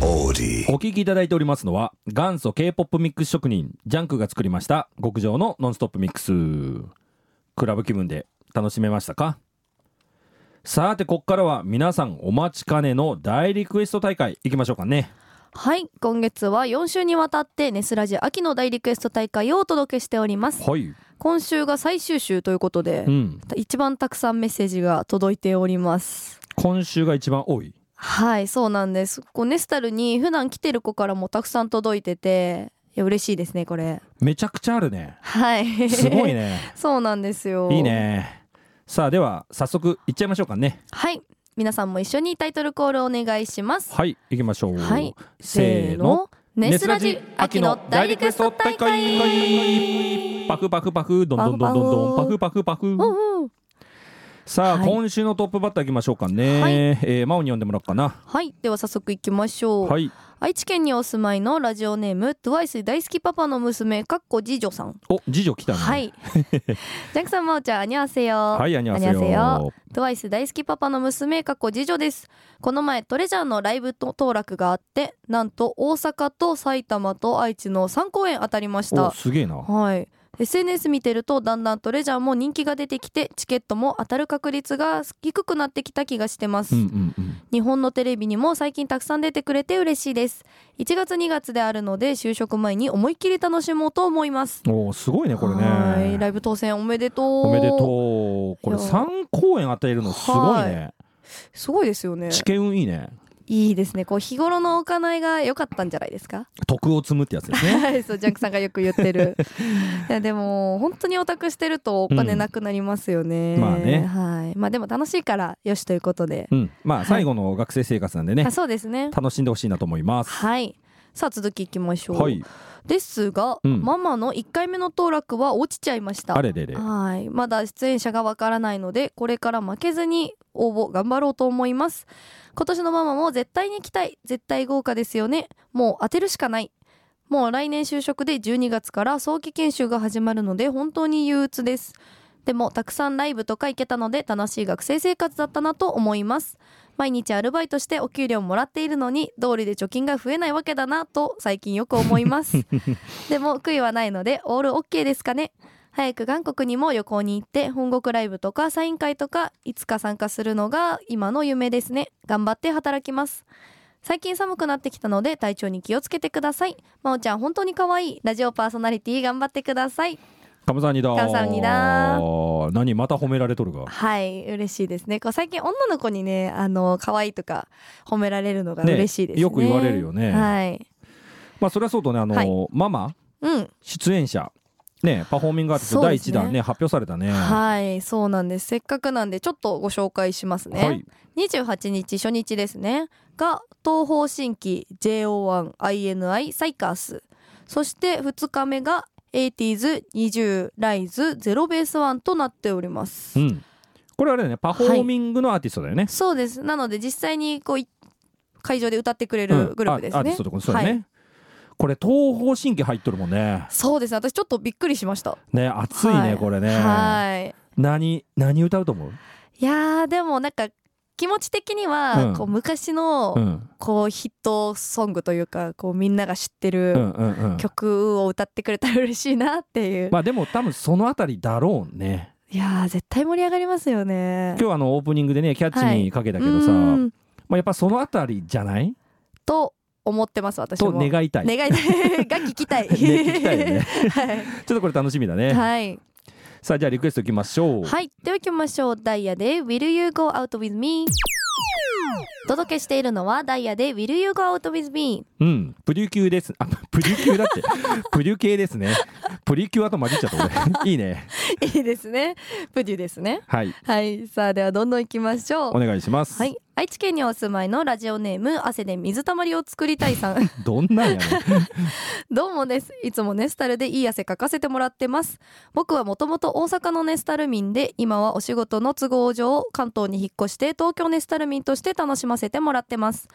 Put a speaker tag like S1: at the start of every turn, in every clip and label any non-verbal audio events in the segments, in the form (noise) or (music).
S1: body.
S2: お聞きいただいておりますのは、元祖 K-POP ミックス職人、ジャンクが作りました、極上のノンストップミックス。クラブ気分で楽しめましたかさて、こっからは皆さんお待ちかねの大リクエスト大会、行きましょうかね。
S3: はい今月は4週にわたってネスラジ秋の大リクエスト大会をお届けしております
S2: はい。
S3: 今週が最終週ということで、
S2: うん。
S3: 一番たくさんメッセージが届いております
S2: 今週が一番多い。
S3: はいそうなんですこうネスタルに普段来てる子からもたくさん届いてていや嬉しいですねこれ
S2: めちゃくちゃあるね。
S3: はい
S2: すごいね。
S3: (laughs) そうなんですよ
S2: いいね。さあ、では、早速行っちゃいましょうかね。
S3: はい皆さんも一緒にタイトルコールお願いします
S2: はい、行きましょう。
S3: はい。
S2: せーの。
S3: ネスラジ秋の大リクエスト大会
S2: パフパフパフどんどんどんどんどんパフパフパフ
S3: おうおう
S2: さあ、
S3: はい
S2: 今週のトップバッターいきましょうかね、
S3: はい
S2: えー、マオに呼んでもらおうかな
S3: はいでは早速いきましょう、
S2: はい
S3: 愛知県にお住まいのラジオネーム TWICE 大好きパパの娘かっこ次女さん
S2: お次女来たね
S3: はい
S2: (laughs)
S3: ジャンクさんまおちゃんあにゃせよ
S2: はいあにゃ
S3: 안녕하세
S2: よ
S3: 요 トワイス大好きパパの娘かっこ次女ですこの前トレジャーのライブと当落があってなんと大阪と埼玉と愛知の3公演当たりまし
S2: お
S3: た
S2: すげえな
S3: はい SNS 見てるとだんだんトレジャーも人気が出てきてチケットも当たる確率が低くなってきた気がしてます、
S2: うんうんうん
S3: 日本のテレビにも最近たくさん出てくれて嬉しいです1月2月であるので就職前に思いっきり楽しもうと思います
S2: おすごいねこれ
S3: はい
S2: ね
S3: ライブ当選おめでとう
S2: おめでとうこれ
S3: いや
S2: 三公演与えるのすごいね
S3: すごいですよね
S2: 知見運いいね
S3: いいですねこう日頃の行いが良かったんじゃないですか
S2: 徳を積むってやつですね
S3: はい (laughs) そうジャンクさんがよく言ってるいやでも本当にオタクしてるとお金なくなりますよね、
S2: うんまあね
S3: はいまあでも楽しいからよしということで、
S2: うんまあ最後の学生生活なんでね
S3: あそうですね
S2: 楽しんでほしいなと思います
S3: はいさあ続きいきましょう、
S2: はい
S3: ですが、
S2: うん
S3: ママの1回目の当落は落ちちゃいました
S2: あれれれ
S3: はいまだ出演者がわからないのでこれから負けずに応募頑張ろうと思います今年のママも絶対に来たい絶対豪華ですよねもう当てるしかないもう来年就職で12月から早期研修が始まるので本当に憂鬱ですでもたくさんライブとか行けたので楽しい学生生活だったなと思います毎日アルバイトしてお給料もらっているのに道理で貯金が増えないわけだなと最近よく思いますでも悔いはないのでオールオッケーですかね早く韓国にも旅行に行って本国ライブとかサイン会とかいつか参加するのが今の夢ですね頑張って働きます最近寒くなってきたので体調に気をつけてくださいまおちゃん本当に可愛いラジオパーソナリティ頑張ってください
S2: カムサハニダ
S3: 감사합니다
S2: 何また褒められとるが
S3: はい嬉しいですねこう最近女の子にねあの可愛いとか褒められるのが
S2: ね
S3: 嬉しいですね
S2: よく言われるよね
S3: はい
S2: まあそれはそうとねあの、
S3: はい
S2: ママ
S3: うん
S2: 出演者ねパフォーミングアーティスト
S3: そう
S2: 第
S3: です
S2: 1
S3: ね
S2: 弾ね発表されたね
S3: はいそうなんですせっかくなんでちょっとご紹介しますね、
S2: はい
S3: 28日初日ですねが東方神起 JO1INI サイカースそして2日目が 80s20 ライズゼロベースワンとなっております、
S2: うん、これあれだねパフォーミングのアーティストだよね、
S3: そうですなので実際にこうい会場で歌ってくれ
S2: う
S3: る
S2: ん
S3: グループです
S2: あ
S3: ね、
S2: アーティストってことそうだよね、
S3: はい
S2: これ東方神起入っとるもんね
S3: そうですね私ちょっとびっくりしました
S2: ね熱いね、
S3: は
S2: これね、
S3: はい
S2: 何何歌うと思う、
S3: いやーでもなんか気持ち的には、
S2: うん
S3: こう昔の、
S2: うん、
S3: こうヒットソングというかこうみんなが知って
S2: う
S3: る
S2: んうんうん
S3: 曲を歌ってくれたら嬉しいなっていう、
S2: まあでも多分そのあたりだろうね
S3: いやー絶対盛り上がりますよね
S2: 今日あのオープニングでねキャッチにかけたけどさ、
S3: う
S2: ま
S3: ん
S2: あ、やっぱそのあたりじゃない
S3: と思ってます私
S2: と
S3: も
S2: 願いたい、
S3: 願い (laughs) たいが聞きたい
S2: (laughs) ね聞きたいよね
S3: は
S2: ちょっとこれ楽しみだね、
S3: い、はい
S2: さあじゃあリクエストいきましょう
S3: はい、では行きましょうダイヤで Will you go out with me お届けしているのはダイヤで Will you go out with me
S2: うん、プリキューです。あ、プリキュー
S3: (laughs)
S2: だって。プリュ系ですね。プリキュアと混じっちゃった
S3: (laughs)
S2: 俺。いいね。
S3: いいですねプデュですね
S2: はい、
S3: はいさあではどんどん行きましょう
S2: お願いします。
S3: はい、愛知県にお住まいのラジオネーム汗で水たまりを作りたいさん
S2: どんなんやね
S3: (laughs) どうもですいつもネスタルでいい汗かかせてもらってます僕はもともと大阪のネスタル民で今はお仕事の都合上関東に引っ越して東京ネスタル民として楽しませてもらってます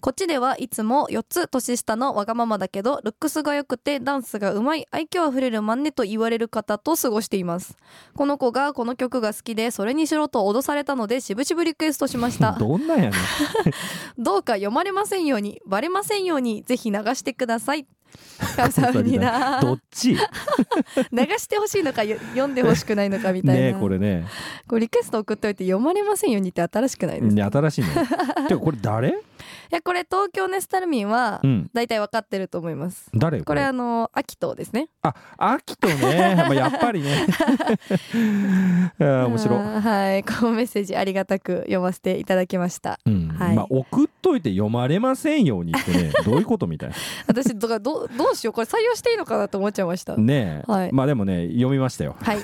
S3: こっちではいつも4つ年下のわがままだけどルックスが良くてダンスがうまい愛嬌あふれるマンネと言われる方と過ごしていますこの子がこの曲が好きでそれにしろと脅されたのでしぶしぶリクエストしました
S2: ん。どんんなんやねん
S3: どうか読まれませんようにバレませんようにぜひ流してくださいカウサウニだ
S2: どっ
S3: (laughs)
S2: ち
S3: 流してほしいのかよ読んでほしくないのかみたいな
S2: ねえこれね
S3: これリクエスト送っておいて読まれませんようにって新しくないですか、
S2: ね新しい
S3: (laughs)
S2: ねてかこれ誰
S3: いやこれ東京ネスタルミンは
S2: うん
S3: 大体わかってると思います
S2: 誰
S3: これあの秋藤ですね
S2: あ秋とね、まあ、やっぱり
S3: (laughs)
S2: ねあー面白い
S3: あーはいこのメッセージありがたく読ませていただきました
S2: うん
S3: はい
S2: まあ送っといて読まれませんようにってねどういうことみたい
S3: (laughs) 私どうどうどうしようこれ採用していいのかなと思っちゃいました
S2: なねえ、
S3: はい
S2: まあでもね読みましたよ
S3: はい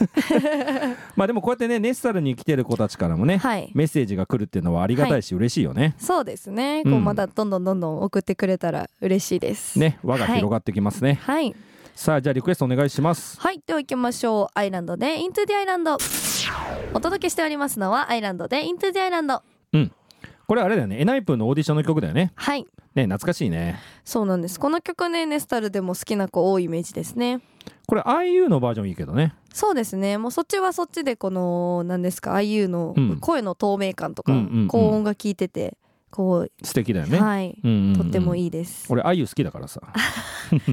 S2: まあでもこうやってねネスタルに来てる子たちからもね、
S3: はい
S2: メッセージが来るっていうのはありがたいし嬉しいよね、
S3: そうですね
S2: う
S3: こ
S2: ん
S3: うまだどんどんどんどん送ってくれたら嬉しいです
S2: ね輪が広がってきますね、
S3: はい
S2: さあじゃあリクエストお願いします
S3: はいでは行きましょうアイランドでイントゥディアイランドお届けしておりますのはアイランドでイントゥディアイランド
S2: これあれだよねエナイプのオーディションの曲だよね
S3: はい
S2: ね懐かしいね
S3: そうなんですこの曲ねネスタルでも好きな子多いイメージですね
S2: これ IU のバージョンいいけどね
S3: そうですねもうそっちはそっちでこの何ですか IU の
S2: うん
S3: 声の透明感とか、
S2: うんうんうん
S3: 高音が効いててこう、
S2: 素敵だよね、
S3: はい、
S2: うんうんうん
S3: とってもいいです
S2: 俺 IU 好きだから
S3: (laughs)
S2: さ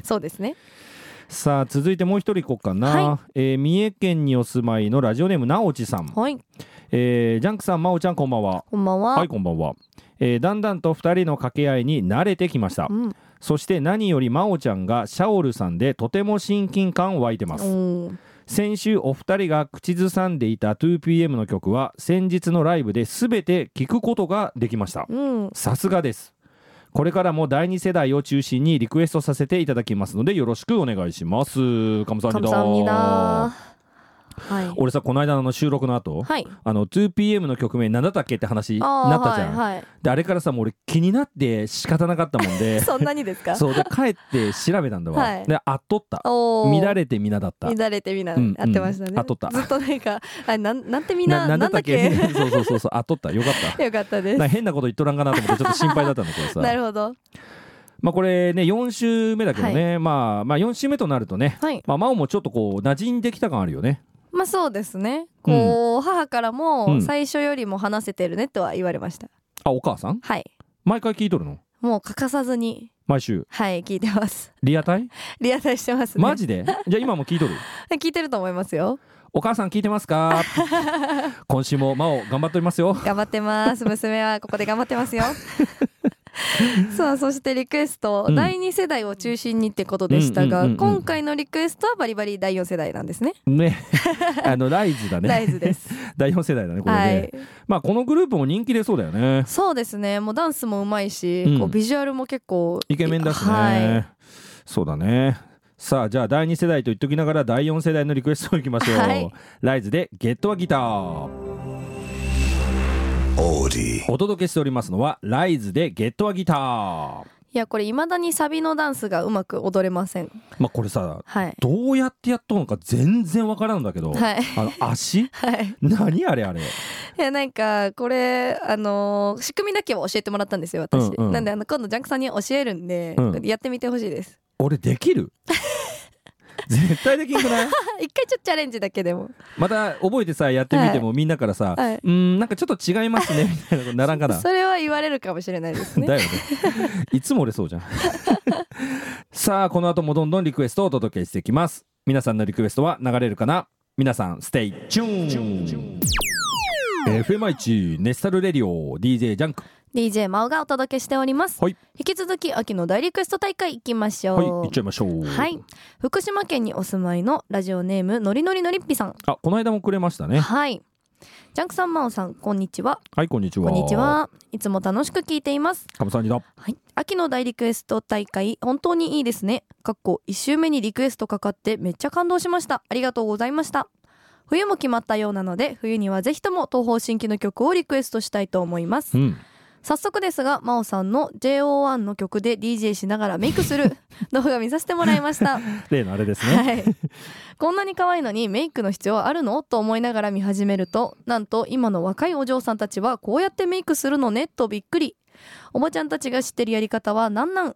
S3: そうですね
S2: さあ続いてもう一人いこうかな、
S3: は
S2: えー三重県にお住まいのラジオネームなおちさん、
S3: はい
S2: えージャンクさんまおちゃんこんばんは
S3: こんばんは、
S2: はいこんばんは、えーだんだんと二人の掛け合いに慣れてきました
S3: うん
S2: そして何よりまおちゃんがシャオルさんでとても親近感湧いてます
S3: おー
S2: 先週お二人が口ずさんでいた 2PM の曲は先日のライブで全て聴くことができました
S3: うん
S2: さすがですこれからも第二世代を中心にリクエストさせていただきますのでよろしくお願いしますカムサ
S3: カ
S2: ハ
S3: ム
S2: ム
S3: サハムニダ
S2: だ
S3: はい
S2: 俺さこの間の収録の後
S3: はい
S2: あの 2PM の曲名なんだったっけって話に
S3: あー
S2: なったじゃん、
S3: はいはい
S2: であれからさもう俺気になって仕方なかったもん
S3: (laughs)
S2: で
S3: そんなにですか
S2: そうで帰って調べたんだわ、
S3: はい
S2: であっとった
S3: おー
S2: 乱れて皆だった
S3: 乱れてみんな
S2: うん
S3: 合ってましたね、
S2: うん合っとった
S3: ずっとなんかあなんなんてみんななんだっけ
S2: (laughs) そうそうそうそうあっとったよかった
S3: (laughs) よかった
S2: な
S3: で
S2: ん
S3: す
S2: か変なこと言っとらんかなと思ってちょっと心配だったんだけどさ
S3: (laughs) なるほど
S2: まあこれね4週目だけどね、まあまあ4週目となるとね
S3: はい
S2: まあ真央もちょっとこう馴染んできた感あるよね
S3: まあそうですねこう、母から
S2: う
S3: も
S2: ん
S3: 最初よりも話せてるねとは言われました、
S2: あお母さん
S3: はい
S2: 毎回聞いとるの
S3: もう欠かさずに
S2: 毎週
S3: はい聞いてます (laughs)
S2: リアタイ
S3: リアタイしてますね
S2: マジでじゃあ今も聞い
S3: (laughs)
S2: とる
S3: 聞いてると思いますよ
S2: お母さん聞いてますか今週も真央頑張っておりますよ
S3: 頑張っ
S2: (laughs)
S3: てます娘はここで頑張ってますよさあそしてリクエスト、
S2: うん
S3: 第2世代を中心にってことでした
S2: う
S3: が、
S2: んうんうんうん
S3: 今回のリクエストはバリバリ第4世代なんですね (laughs)
S2: ねあのライズだ
S3: ライ
S2: ね
S3: ズです、
S2: 第4世代だねこれね、
S3: はい
S2: まあこのグループも人気出そうだよね
S3: そうですねもうダンスもうまいし、
S2: うん
S3: こうビジュアルも結構
S2: イケメンだしね、
S3: はい
S2: そうだねさあじゃあ第2世代と言っときながら第4世代のリクエストをいきましょう、
S3: はい
S2: ライズで「ゲットはギター」お届けしておりますのは「ライズでゲットはギター」
S3: いやこれ未だにサビのダンスがうまく踊れません
S2: まあこれさ
S3: はい
S2: どうやってやっとんのか全然わからんだけど、
S3: はい (laughs)
S2: あの足
S3: はい
S2: 何あれあれ
S3: いやなんかこれあのー仕組みだけは教えてもらったんですよ私、
S2: うんうん
S3: なんであの今度ジャンクさんに教えるんで、
S2: うん
S3: やってみてほしいです (laughs)
S2: 俺できる絶対できんくない
S3: あ一回ちょっとチャレンジだけでも
S2: また覚えてさやってみてもみんなからさ「
S3: はいう
S2: ーんなんかちょっと違いますね」みたいなことならんかな
S3: それは言われるかもしれないで
S2: (laughs)
S3: す
S2: だ
S3: ね
S2: よねいつも俺そう
S3: (laughs)
S2: じゃんさあこの後もどんどんリクエストをお届けしていきます皆さんのリクエストは流れるかな皆さんステイチューン FM1 ネスタルレディオ DJ ジャンク
S3: DJ 真央がお届けしております、
S2: はい
S3: 引き続き秋の大リクエスト大会いきまし
S2: はい
S3: ょ
S2: 行っちゃいましょう
S3: うはい福島県にお住まいのラジオネームのりのりのりっぴさん
S2: あこの間もくれましたね
S3: はい。ジャンクさん、まおさん、こんにちは。
S2: はいこんにちは
S3: こんにちは。いつも楽しく聞いています。
S2: カムさんにだ
S3: はい。秋の大リクエスト大会、本当にいいですね。かっこ1週目にリクエストかかってめっちゃ感動しました。ありがとうございました。冬も決まったようなので、冬にはぜひとも東方新規の曲をリクエストしたいと思います
S2: う。ん
S3: 早速ですが、まおさんの JO1 の曲で DJ しながらメイクする (laughs) 動画見させてもらいました。
S2: 例のあれですね、
S3: はい、こんなに可愛いのにメイクの必要あるのと思いながら見始めるとなんと今の若いお嬢さんたちはこうやってメイクするのねとびっくりおばちゃんたちが知ってるやり方はなんなん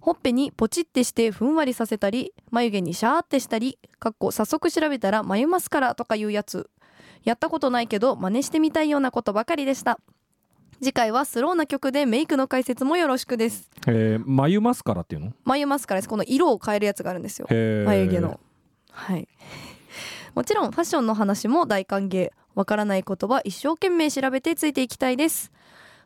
S3: ほっぺにポチってしてふんわりさせたり眉毛にシャーってしたりかっこ早速調べたら眉マスカラとかいうやつやったことないけど真似してみたいようなことばかりでした次回はスローな曲でメイクの解説もよろしくです
S2: えー、眉マスカラっていうの
S3: 眉マスカラですこの色を変えるやつがあるんですよ
S2: へー
S3: 眉毛のはいもちろんファッションの話も大歓迎わからない言葉一生懸命調べてついていきたいです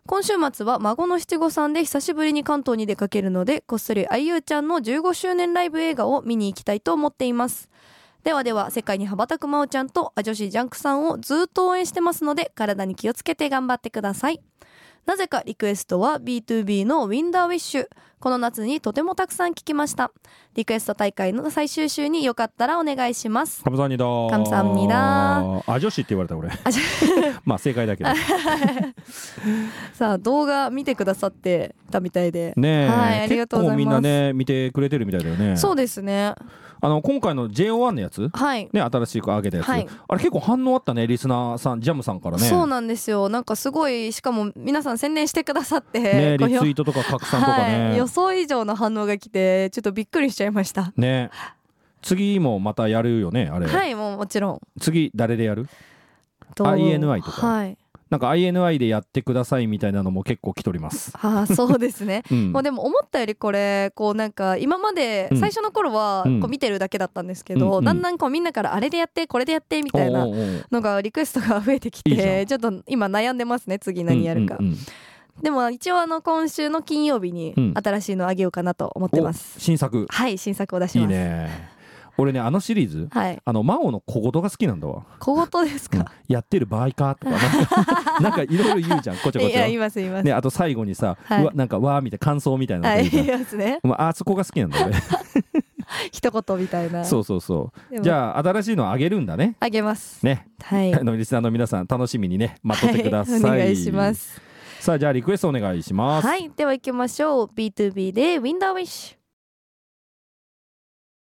S3: 今週末は孫の七五三で久しぶりに関東に出かけるのでこっそりあゆうちゃんの15周年ライブ映画を見に行きたいと思っていますではでは世界に羽ばたくまおちゃんとあ女子ジャンクさんをずっと応援してますので体に気をつけて頑張ってくださいなぜかリクエストは B2B のウィンダーウィッシュこの夏にとてもたくさん聞きましたリクエスト大会の最終週によかったらお願いします
S2: カムサンニダー
S3: カムサハムニダ
S2: あ女子って言われた俺
S3: あじゃ
S2: (laughs) まあ正解だけど
S3: さあ動画見てくださってたみたいで、
S2: ねえ、
S3: はいありが
S2: 結
S3: とうござ
S2: 構
S3: いま
S2: みんな
S3: す
S2: ね見てくれてるみたいだよね
S3: そうですね
S2: あの今回の JO1 のやつ
S3: はい、
S2: ね新しく上げたやつ、
S3: はい
S2: あれ結構反応あったねリスナーさんジャムさんからね
S3: そうなんですよなんかすごいしかも皆さん宣伝してくださって、
S2: ね
S3: こう
S2: リツイートとか拡散とかね、
S3: はい、予想以上の反応が来てちょっとびっくりしちゃいました
S2: ね次もまたやるよねあれ、
S3: はいもうもちろん
S2: 次誰でやる
S3: と
S2: INI とか
S3: はい
S2: なんか INI でやってくださいみたいなのも結構来ております
S3: ああそうですね
S2: (laughs) うん
S3: もうでも思ったよりこれこうなんか今まで
S2: うん
S3: 最初の頃は
S2: うん
S3: こう見てるだけだったんですけ
S2: うん
S3: ど、
S2: うん
S3: だんだんこうみんなからあれでやってこれでやってみたい
S2: お
S3: な
S2: うおうおう
S3: のがリクエストが増えてき
S2: いいじゃ
S3: てちょっと今悩んでますね次何やるか、
S2: うんうんうん
S3: でも一応あの今週の金曜日に
S2: うん
S3: 新しいのあげようかなと思ってます、
S2: お新作
S3: はい新作を出し
S2: い
S3: ます
S2: いね俺ねあのシリーズ
S3: はい
S2: あの魔王の小言が好きなんだわ
S3: 小言ですか、
S2: やってる場合か
S3: (laughs)
S2: とかなんか (laughs) なんかいろいろ言うじゃんこちょこ
S3: い
S2: ちょ
S3: や言います言います、
S2: ねあと最後にさ、
S3: はいう
S2: わなんかわーみたいな感想みたいなのが
S3: はい
S2: いるじゃ
S3: 言 (laughs)
S2: ん
S3: いますね
S2: まああそこが好きなんだよね
S3: 一言みたい
S2: (laughs)
S3: な
S2: そうそうそ
S3: で
S2: う
S3: も
S2: じゃあ新しいのあげるんだね
S3: あげます
S2: ね (laughs)
S3: はい
S2: あのリスナーの皆さん楽しみにね待っとってください、
S3: はい、お願いします
S2: さあじゃあリクエストお願いします
S3: はいでは行きましょう B2B でウィンダーウィッシュ